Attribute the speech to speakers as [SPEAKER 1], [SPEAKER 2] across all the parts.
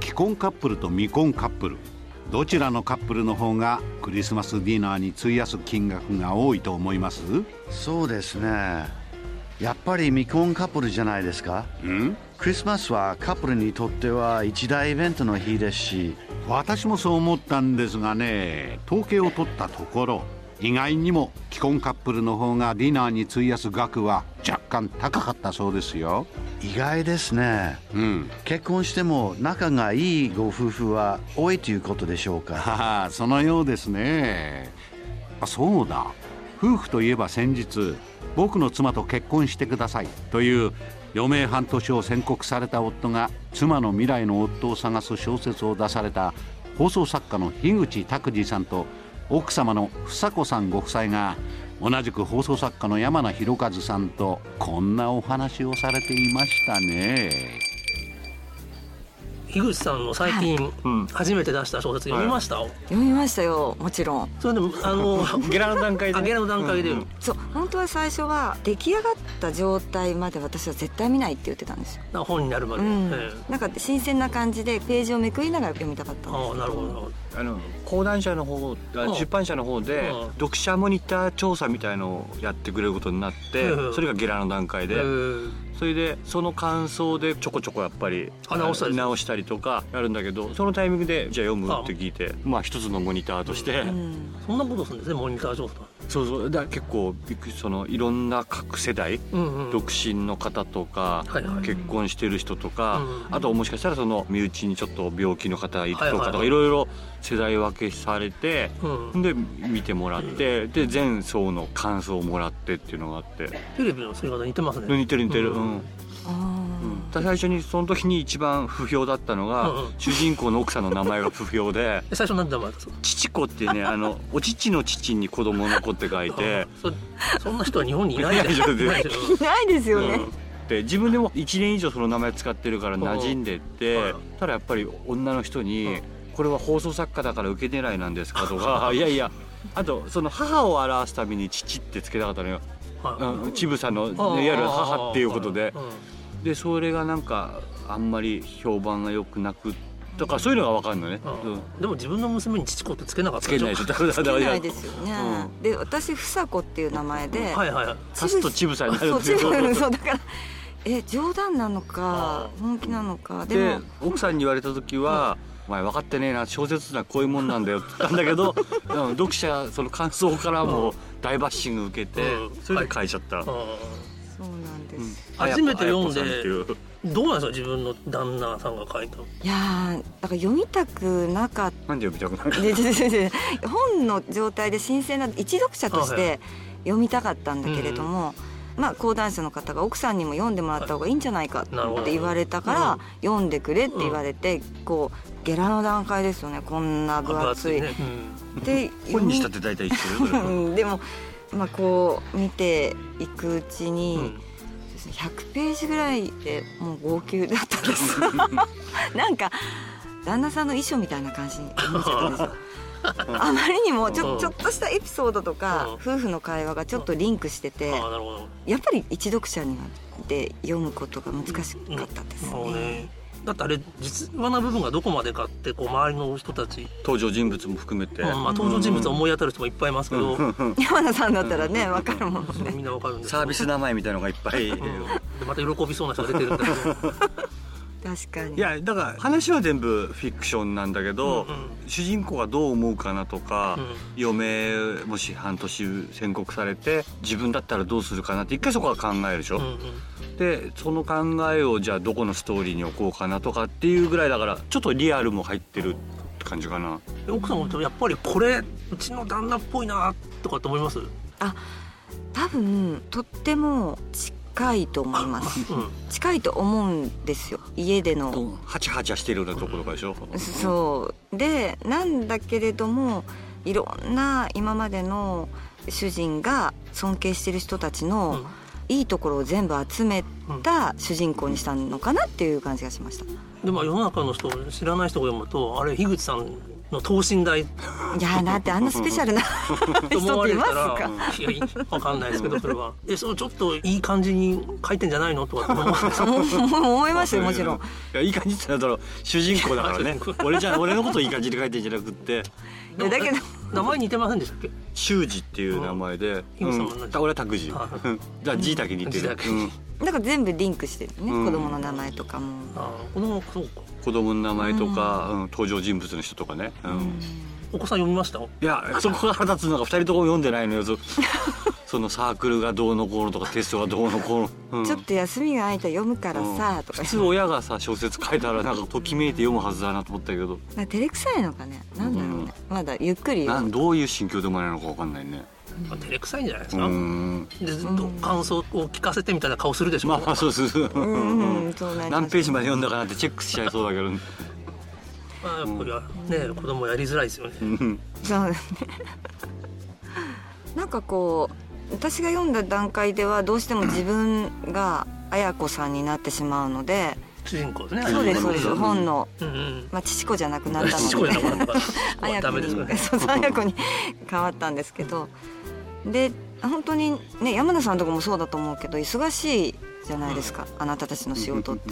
[SPEAKER 1] 既婚カップルと未婚カップルどちらのカップルの方がクリスマスディナーに費やす金額が多いと思います
[SPEAKER 2] そうですね。やっぱり未婚カップルじゃないですか。
[SPEAKER 1] ん
[SPEAKER 2] クリスマスはカップルにとっては一大イベントの日ですし、
[SPEAKER 1] 私もそう思ったんですがね統計を取ったところ意外にも既婚カップルの方がディナーに費やす額は若干高かったそうですよ
[SPEAKER 2] 意外ですね。
[SPEAKER 1] うん
[SPEAKER 2] 結婚しても仲がいいご夫婦は多いということでしょうか。
[SPEAKER 1] はは そのようですねあそうだ夫婦といえば先日僕の妻と結婚してくださいという余命半年を宣告された夫が妻の未来の夫を探す小説を出された放送作家の樋口拓司さんと奥様の房子さんご夫妻が同じく放送作家の山名博一さんとこんなお話をされていましたね。
[SPEAKER 3] 樋口さんの最近、うん初めて出した小説読みました、
[SPEAKER 4] 読みましたよもちろん
[SPEAKER 3] それでもあ の
[SPEAKER 5] ゲラの段階で、
[SPEAKER 3] あげらの段階で、
[SPEAKER 4] そう本当は最初は出来上がった状態まで私は絶対見ないって言ってたんですよ、
[SPEAKER 3] な本になるまで、
[SPEAKER 4] う
[SPEAKER 3] え
[SPEAKER 4] ん
[SPEAKER 3] え
[SPEAKER 4] なんか新鮮な感じでページをめくりながら読みたかったんです
[SPEAKER 3] ああなるほどなるほど
[SPEAKER 5] あの講談社の方あ
[SPEAKER 3] うん
[SPEAKER 5] 出版社の方で
[SPEAKER 3] うん
[SPEAKER 5] 読者モニター調査みたいのをやってくれることになって
[SPEAKER 3] うん
[SPEAKER 5] それがゲラの段階
[SPEAKER 3] え
[SPEAKER 5] でそれでその感想でちょこちょこやっぱり
[SPEAKER 3] あ直したりする
[SPEAKER 5] 直したりとかやるんだけどそのタイミングでじゃあ読むって聞いてまあ一つのモニターとして
[SPEAKER 4] うん
[SPEAKER 3] えそんなことするんですねモニター上とか
[SPEAKER 5] そうそうだから結構びっくりそのいろんな各世代
[SPEAKER 3] うんうん
[SPEAKER 5] 独身の方とか
[SPEAKER 3] はいはい
[SPEAKER 5] 結婚してる人とか
[SPEAKER 3] うん
[SPEAKER 5] あとはもしかしたらその身内にちょっと病気の方いるとか
[SPEAKER 3] は
[SPEAKER 5] と
[SPEAKER 3] いはいは
[SPEAKER 5] か
[SPEAKER 3] い
[SPEAKER 5] いろいろ世代分けされて
[SPEAKER 3] うん、
[SPEAKER 5] で見てもらってで前奏の感想をもらってっていうのがあって
[SPEAKER 3] テレビの作り方似てますね
[SPEAKER 5] 似てる似てる
[SPEAKER 3] う
[SPEAKER 5] うんん、
[SPEAKER 4] あ
[SPEAKER 5] だから最初にその時に一番不評だったのが、
[SPEAKER 3] うんうん
[SPEAKER 5] 主人公の奥さんの名前が不 評で
[SPEAKER 3] え最初何て名前だったんで
[SPEAKER 5] 父子ってねあのお父の父に子供の子って書い
[SPEAKER 3] すか
[SPEAKER 5] て
[SPEAKER 3] そそんな人は日本にいないで
[SPEAKER 5] い
[SPEAKER 3] し
[SPEAKER 5] ない
[SPEAKER 3] ょ
[SPEAKER 5] でしょ
[SPEAKER 3] ないでしょ
[SPEAKER 4] ーいないですよね、
[SPEAKER 5] うんで自分でも1年以上その名前使ってるから馴染んでって、
[SPEAKER 3] うん
[SPEAKER 5] ただやっぱり女の人に、
[SPEAKER 3] うん
[SPEAKER 5] これは放送作家だから受け狙いなんですか?」とか「いやいやあとその母を表すために父ってつけたかったのよ
[SPEAKER 3] は
[SPEAKER 5] う
[SPEAKER 3] い
[SPEAKER 5] んちぶさのい
[SPEAKER 3] あ
[SPEAKER 5] わ
[SPEAKER 3] あ
[SPEAKER 5] ゆる母っていうことで
[SPEAKER 3] うん
[SPEAKER 5] でそれがなんかあんまり評判が良くなくとかそういうのが分かるのね、
[SPEAKER 3] うん
[SPEAKER 5] うん
[SPEAKER 3] でも自分の娘に父子ってつけなかった
[SPEAKER 5] つけないでしょだからだ
[SPEAKER 4] つ
[SPEAKER 5] か
[SPEAKER 4] け
[SPEAKER 5] ら
[SPEAKER 4] ないい
[SPEAKER 5] や
[SPEAKER 4] ですよね、で私房子っていう名前で、
[SPEAKER 3] はいはいはい
[SPEAKER 5] 足すとちぶさになる
[SPEAKER 4] そう
[SPEAKER 5] って
[SPEAKER 4] ち
[SPEAKER 5] い
[SPEAKER 4] ぶ
[SPEAKER 5] うこと
[SPEAKER 4] そうだからえ冗談なのか本気なのかで
[SPEAKER 5] で
[SPEAKER 4] も
[SPEAKER 5] 奥さんに言われた時は「お前分かってねえな小説ってのはこういうもんなんだよ」って言ったんだけどうん読者その感想からも大バッシング受けて
[SPEAKER 3] うん
[SPEAKER 5] それで変えちゃった。うん
[SPEAKER 3] う
[SPEAKER 4] そうなんです、
[SPEAKER 3] 初めて読んで
[SPEAKER 5] 綾子さっていうん
[SPEAKER 3] どうなんですか自分の旦那さんが書いたの
[SPEAKER 4] いやーだから読みたくなかった
[SPEAKER 5] なんで読みたくない
[SPEAKER 4] でちょちょちょ本の状態で新鮮な一読者と
[SPEAKER 3] は
[SPEAKER 4] し
[SPEAKER 3] いは
[SPEAKER 4] て読みたかったんだけれども、まあ講談社の方が奥さんにも読んでもらった方がいいんじゃないかって
[SPEAKER 3] なるほど
[SPEAKER 4] 言われたから読んでくれって言われてこうゲラの段階ですよねこんな分厚い。
[SPEAKER 3] ね
[SPEAKER 4] で
[SPEAKER 5] 本にした
[SPEAKER 4] 読
[SPEAKER 5] って大体一緒
[SPEAKER 4] み うんでもまあこう見ていくうち
[SPEAKER 3] う
[SPEAKER 4] に、
[SPEAKER 3] んうん
[SPEAKER 4] そうですね100ページぐらいでもう号泣だったんです なんか旦那さんの衣装みたいな感じ になっちゃったんですよあまりにもち
[SPEAKER 3] うん
[SPEAKER 4] ょちょっとしたエピソードと
[SPEAKER 3] うん
[SPEAKER 4] か夫婦の会話がちょっとリンクしてて
[SPEAKER 3] ああなるほど
[SPEAKER 4] やっぱり一読者にはで読むことが難しかったです
[SPEAKER 3] そうね
[SPEAKER 4] ね。
[SPEAKER 3] だってあれ実話な部分がどこまでかってこう周りの人たち、
[SPEAKER 5] 登場人物も含めて、
[SPEAKER 3] まあ、まあ登場人物を思い当たる人もいっぱいいますけど、
[SPEAKER 4] 山田さんだったらねわかるもん
[SPEAKER 3] そう
[SPEAKER 4] ね。
[SPEAKER 3] みんなわかるんですけど
[SPEAKER 5] サービス名前みたいのがいっぱい、
[SPEAKER 3] うんでまた喜びそうな人が出てるんだけど
[SPEAKER 4] 確かに。
[SPEAKER 5] いやだから話は全部フィクションなんだけど、
[SPEAKER 3] うんうん
[SPEAKER 5] 主人公がどう思うかなとか、
[SPEAKER 3] う
[SPEAKER 5] 余命もし半年宣告されて自分だったらどうするかなって一回そこは考えるでしょ、
[SPEAKER 3] うんうん
[SPEAKER 5] でその考えをじゃあどこのストーリーに置こうかなとかっていうぐらいだからちょっとリアルも入ってるって感じかな
[SPEAKER 3] で奥さんもやっぱりこれうちの旦那っぽいなとかって思います
[SPEAKER 4] 多分とってもしっ近いと思います
[SPEAKER 3] うん
[SPEAKER 4] 近いと思うんですよ家での
[SPEAKER 5] ハチハチしてるようなところからでしょ
[SPEAKER 4] そうでなんだけれどもいろんな今までの主人が尊敬してる人たち
[SPEAKER 3] う
[SPEAKER 4] の
[SPEAKER 3] ん
[SPEAKER 4] いいところを全部集めた主人公にしたのかなっていう感じがしました
[SPEAKER 3] でも世の中の人知らない人が読むとあれ樋口さんの等身大
[SPEAKER 4] いやーだってあんなスペシャルな
[SPEAKER 3] と
[SPEAKER 4] 人
[SPEAKER 3] 思
[SPEAKER 4] っ
[SPEAKER 3] わ
[SPEAKER 4] て
[SPEAKER 3] れ
[SPEAKER 4] い
[SPEAKER 3] た
[SPEAKER 4] ます
[SPEAKER 3] ら
[SPEAKER 4] か
[SPEAKER 3] いやいわかんないですけどそれはえそのちょっといい感じに書いてんじゃないのとかって思うんですよ
[SPEAKER 4] 思いましたよもちろん
[SPEAKER 5] いやいい感じってなんだろう主人公だから ね俺じゃ俺のこといい感じで書いてんじゃなくって
[SPEAKER 4] いやだけど
[SPEAKER 3] 名前似てませんでしたっけ
[SPEAKER 5] 修二っていう名前で、
[SPEAKER 3] うん
[SPEAKER 5] うん
[SPEAKER 3] ヒロさんも同じ
[SPEAKER 5] 俺は拓司
[SPEAKER 3] あ
[SPEAKER 5] うんじゃあ G だけ似て
[SPEAKER 3] 字
[SPEAKER 5] る
[SPEAKER 3] だ、け
[SPEAKER 5] うん
[SPEAKER 4] だから全部リンクしてるね
[SPEAKER 5] うん
[SPEAKER 4] 子供の名前とかも
[SPEAKER 3] あこのそうか
[SPEAKER 5] 子供の名前とか、うん登場人物の人とかね、うん
[SPEAKER 3] お子さん読みました
[SPEAKER 5] いやそこが腹立つのが2人とも読んでないのよそそのサークルがどうのこうのとかテストがどうのこうの、うん
[SPEAKER 4] ちょっと休みが空いたら読むからさとか
[SPEAKER 5] 普通親がさ小説書いたらなんかときめいて読むはずだなと思ったけど
[SPEAKER 4] なんか照れくさいのかねなんだろうねまだゆっくり
[SPEAKER 5] な
[SPEAKER 4] 読
[SPEAKER 5] ん
[SPEAKER 4] む
[SPEAKER 5] どういう心境で生まれるのかわかんないね
[SPEAKER 3] まあ照れくさいんじゃないです
[SPEAKER 5] う
[SPEAKER 3] か、
[SPEAKER 5] ん
[SPEAKER 3] でずっと感想を聞かせてみたいな顔するでしょ、
[SPEAKER 5] まあまあそうです
[SPEAKER 4] うんうんそうなります
[SPEAKER 5] 何ページまで読んだかなってチェックしちゃいそうだけど
[SPEAKER 3] まあやっぱりはね子供やりづらいですよね、
[SPEAKER 5] うん
[SPEAKER 4] そうね なんかこう私が読んだ段階ではどうしても自分が綾子さんになってしまうので
[SPEAKER 3] 主人公ですね
[SPEAKER 4] そうですそうです
[SPEAKER 5] うん
[SPEAKER 4] 本の、
[SPEAKER 3] うんうん
[SPEAKER 4] まあ、父子じゃなくなった
[SPEAKER 3] 父
[SPEAKER 4] の
[SPEAKER 3] 親
[SPEAKER 4] で
[SPEAKER 3] だからとか
[SPEAKER 4] 綾
[SPEAKER 3] ダ
[SPEAKER 4] 子
[SPEAKER 3] メですか
[SPEAKER 4] に
[SPEAKER 3] ね
[SPEAKER 4] そうそう綾子に変わったんですけどで本当にね山田さんとかもそうだと思うけど忙しいじゃないですか、あなたたちの仕事って。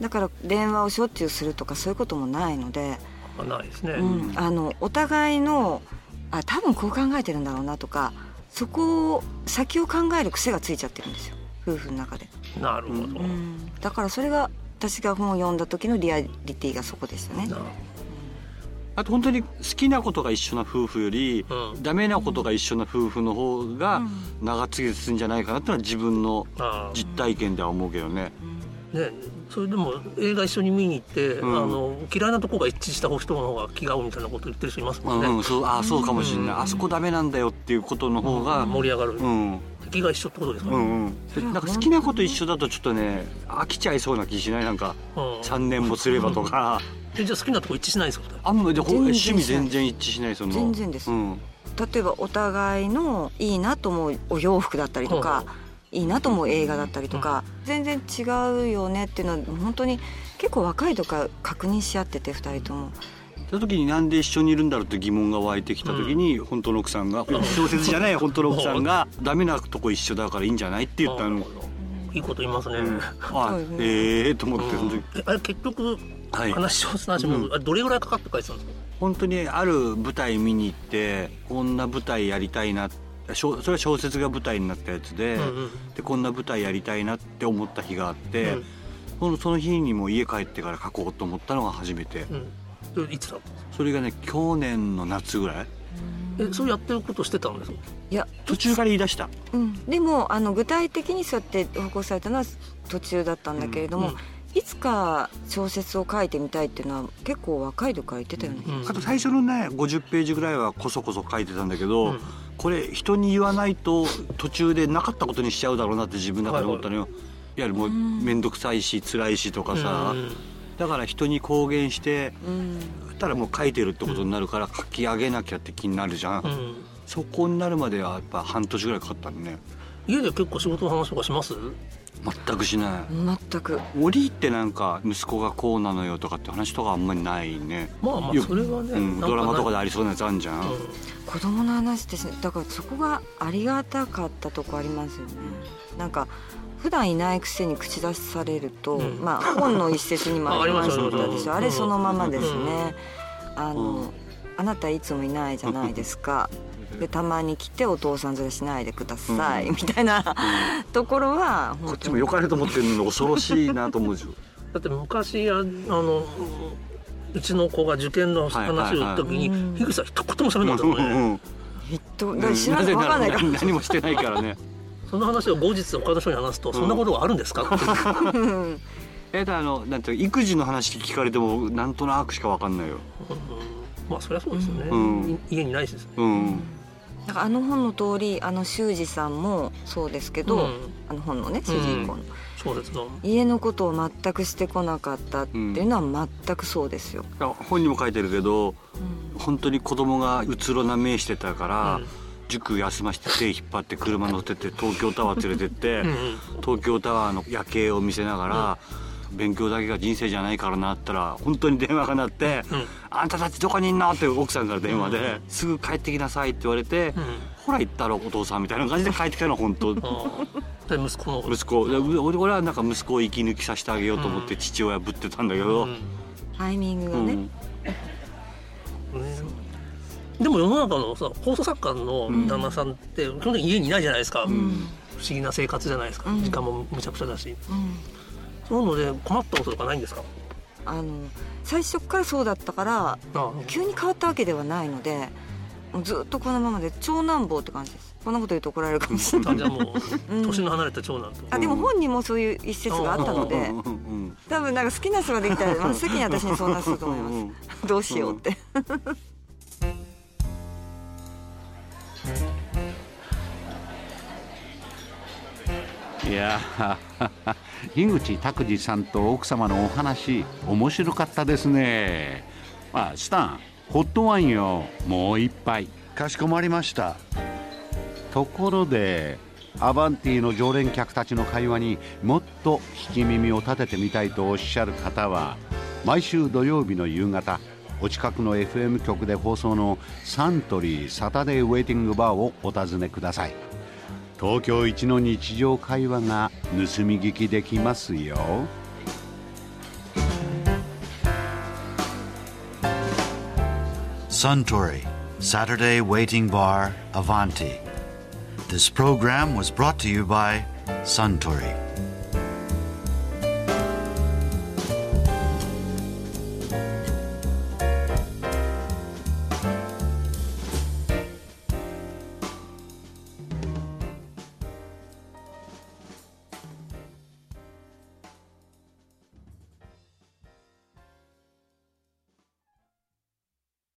[SPEAKER 4] だから電話をしょっちゅうするとかそういうこともないので、
[SPEAKER 3] まあないですね、
[SPEAKER 4] うん、あのお互いのあ多分こう考えてるんだろうなとかそこを先を考える癖がついちゃってるんですよ夫婦の中で、
[SPEAKER 3] なるほど、
[SPEAKER 4] うん、だからそれが私が本を読んだ時のリアリティがそこでしたね
[SPEAKER 3] な
[SPEAKER 5] あと本当に好きなことが一緒な夫婦より、
[SPEAKER 3] うん
[SPEAKER 5] ダメなことが一緒な夫婦の方が
[SPEAKER 4] うん
[SPEAKER 5] 長継ぎするんじゃないかなってのは自分の
[SPEAKER 3] あ
[SPEAKER 5] 実体験では思うけどね、
[SPEAKER 3] ね、それでも映画一緒に見に行って、あ
[SPEAKER 5] ん
[SPEAKER 3] の嫌いなとこが一致した人の方が気が合うみたいなこと言ってる人います
[SPEAKER 5] う
[SPEAKER 3] もんね、
[SPEAKER 5] ん、そうあそうかもしれない、あそこダメなんだよっていうことの方が、
[SPEAKER 3] 盛り上がる、
[SPEAKER 5] うん
[SPEAKER 3] 敵が一緒ってことですか
[SPEAKER 5] う
[SPEAKER 3] ね、
[SPEAKER 5] んうん、なんか好きなこと一緒だとちょっとね飽きちゃいそうな気しないなんか
[SPEAKER 3] うん
[SPEAKER 5] 3年もすれば とか
[SPEAKER 3] えじゃあ好きなとこ一致しないんですか
[SPEAKER 5] あんまりほ
[SPEAKER 4] 全然
[SPEAKER 5] 趣味全然一致しないその
[SPEAKER 4] 全然です
[SPEAKER 5] うん
[SPEAKER 4] 例えばお互いのいいなと思うお洋服だったりとか、いいなと思う映画だったりとか、全然違うよねっていうのは本当に結構若いとから確認し合ってて二人とも
[SPEAKER 5] その時になんで一緒にいるんだろうって疑問が湧いてきた時に、本当の奥さんが小説じゃない本当の奥さんがダメなとこ一緒だからいいんじゃないって言ったの、
[SPEAKER 3] いいこと言いますね、
[SPEAKER 5] うん、
[SPEAKER 4] そう
[SPEAKER 5] あ
[SPEAKER 4] ですね
[SPEAKER 5] ええと思ってその時、
[SPEAKER 3] えあれ結局
[SPEAKER 5] はい
[SPEAKER 3] 話し話も、
[SPEAKER 5] うん
[SPEAKER 3] あどれぐらいかかって書いてたんですか
[SPEAKER 5] 本当にある舞台見に行ってこんな舞台やりたいな小それは小説が舞台になったやつで,、
[SPEAKER 3] うんうん
[SPEAKER 5] でこんな舞台やりたいなって思った日があって、
[SPEAKER 3] うん
[SPEAKER 5] そのその日にも家帰ってから書こうと思ったのが初めて、
[SPEAKER 3] うんそれいつだったんです
[SPEAKER 5] それがね去年の夏ぐらい
[SPEAKER 3] かえそれやってることしてたんですか
[SPEAKER 4] いや
[SPEAKER 5] 途中から言い出した
[SPEAKER 4] うん、でもあの具体的にそうやって報告されたのは途中だったんだけれども、
[SPEAKER 3] うんうん
[SPEAKER 4] いつか小説を書いてみたいっていうのは結構若い時から言ってたよね、
[SPEAKER 3] うん
[SPEAKER 5] あと最初のね50ページぐらいはこそこそ書いてたんだけ
[SPEAKER 3] う
[SPEAKER 5] ど、
[SPEAKER 3] ん
[SPEAKER 5] これ人に言わないと途中でなかったことにしちゃうだろうなって自分の中で思ったのよ、いやもう面倒くさいし辛いしとかさ、
[SPEAKER 3] うん
[SPEAKER 5] だから人に公言して
[SPEAKER 4] うん
[SPEAKER 5] そしたらもう書いてるってことになるから書き上げなきゃって気になるじゃん、
[SPEAKER 3] うん
[SPEAKER 5] そこになるまではやっぱ半年ぐらいかかったんね
[SPEAKER 3] 家で結構仕事の話とかします
[SPEAKER 5] 全くしない、
[SPEAKER 4] 全く
[SPEAKER 5] 折ってなんか息子がこうなのよとかって話とかあんまりないね
[SPEAKER 3] まあまあ
[SPEAKER 5] よ
[SPEAKER 3] それはね
[SPEAKER 5] うん、
[SPEAKER 3] なん
[SPEAKER 5] ドラマとかで
[SPEAKER 3] な
[SPEAKER 5] ありそうなやつあんじゃん、
[SPEAKER 3] うん
[SPEAKER 4] 子供の話ってしだからそこがありがたかったとこありますよねなんか普段いないくせに口出しされると、
[SPEAKER 3] うん
[SPEAKER 4] まあ本の一節にもありました
[SPEAKER 5] あありましたありま
[SPEAKER 4] で
[SPEAKER 5] し
[SPEAKER 4] したょあれそのままです
[SPEAKER 3] うん
[SPEAKER 4] ね、あの、
[SPEAKER 5] うん
[SPEAKER 4] あなたいつもいないじゃないですかでたまに来てお父さん連れしないでください、
[SPEAKER 5] うん
[SPEAKER 4] みたいなところは
[SPEAKER 5] こっ
[SPEAKER 4] 本
[SPEAKER 5] ち
[SPEAKER 4] 当
[SPEAKER 5] も
[SPEAKER 4] に
[SPEAKER 5] 良かれと思ってるの恐ろしいなと思う でしょ
[SPEAKER 3] だって昔ああのうちの子が受験の話を言った時に、
[SPEAKER 4] はいはいはい
[SPEAKER 3] 樋口さん一言も喋んなかったですもんね、
[SPEAKER 4] えっとだ
[SPEAKER 5] う
[SPEAKER 4] から知らない分かんないから
[SPEAKER 5] なぜ ら何もしてないからね
[SPEAKER 3] その話を後日他の人に話すと、そんなことがあるんですかって
[SPEAKER 4] うん
[SPEAKER 5] えだからあのなんていうか育児の話聞かれてもなんとなくしか分かんないよ
[SPEAKER 3] まあそりゃそうですよね、
[SPEAKER 5] うん
[SPEAKER 3] い家にないしですね
[SPEAKER 5] うん、
[SPEAKER 4] だからあの本の通りあの修二さんもそうですけど、
[SPEAKER 3] うん
[SPEAKER 4] あの本のね修二以降の、
[SPEAKER 3] うん小説の
[SPEAKER 4] 家のことを全くしてこなかったっていうのは全くそうですよ、
[SPEAKER 5] 本にも書いてるけ
[SPEAKER 4] う
[SPEAKER 5] ど
[SPEAKER 4] ん
[SPEAKER 5] 本当に子供がうつろな目してたから、
[SPEAKER 3] うん
[SPEAKER 5] 塾休まして手引っ張って車乗ってって東京タワー連れて って、
[SPEAKER 3] うんうん
[SPEAKER 5] 東京タワーの夜景を見せながら、勉強だけが人生じゃないからなったら本当に電話が鳴って「
[SPEAKER 3] うん
[SPEAKER 5] あんたたちどこにいんの?」って奥さんから電話で、すぐ帰ってきなさい」って言われて「
[SPEAKER 3] うん
[SPEAKER 5] ほら行ったろお父さん」みたいな感じで帰ってきたの本当
[SPEAKER 3] あーで息子の
[SPEAKER 5] 息子でう俺俺はなんか息子を息抜きさせてあげようと思って父親ぶってたんだけど、
[SPEAKER 3] う
[SPEAKER 4] タイミングが
[SPEAKER 5] う
[SPEAKER 4] ね、
[SPEAKER 5] ん
[SPEAKER 3] んねでも世の中のさ放送作家の旦那さんって基本的に家にいないじゃないですか、不思議な生活じゃないですか、
[SPEAKER 4] うん
[SPEAKER 3] 時間もむちゃくちゃだし
[SPEAKER 4] うん
[SPEAKER 3] そういうので困ったこととかないんですか
[SPEAKER 4] あの最初からそうだったから
[SPEAKER 3] あ
[SPEAKER 4] 急に変わったわけではないのでもうずっとこのままで長男坊って感じですこんなこと言うと怒られるかもしれない
[SPEAKER 3] あじゃあもう、
[SPEAKER 4] うん
[SPEAKER 3] 年の離れた長男と
[SPEAKER 4] あでも本にもそういう一節があったので
[SPEAKER 5] うんうん
[SPEAKER 4] 多分なんか好きな人ができたら真っ先に私に相談すると思
[SPEAKER 5] う
[SPEAKER 4] い
[SPEAKER 5] ん
[SPEAKER 4] ますどうしようって
[SPEAKER 1] いやー 井口拓司さんと奥様のお話面白かったですねあスタンホットワインをもう一杯
[SPEAKER 2] かしこまりました。
[SPEAKER 1] ところでアバンティの常連客たちの会話にもっと聞き耳を立ててみたいとおっしゃる方は毎週土曜日の夕方お近くの FM 局で放送のサントリーサタデーウェイティングバーをお尋ねください東京一の日常会話が盗み聞きできますよ
[SPEAKER 2] Suntory, Saturday Waiting Bar, Avanti. This program was brought to you by Suntory.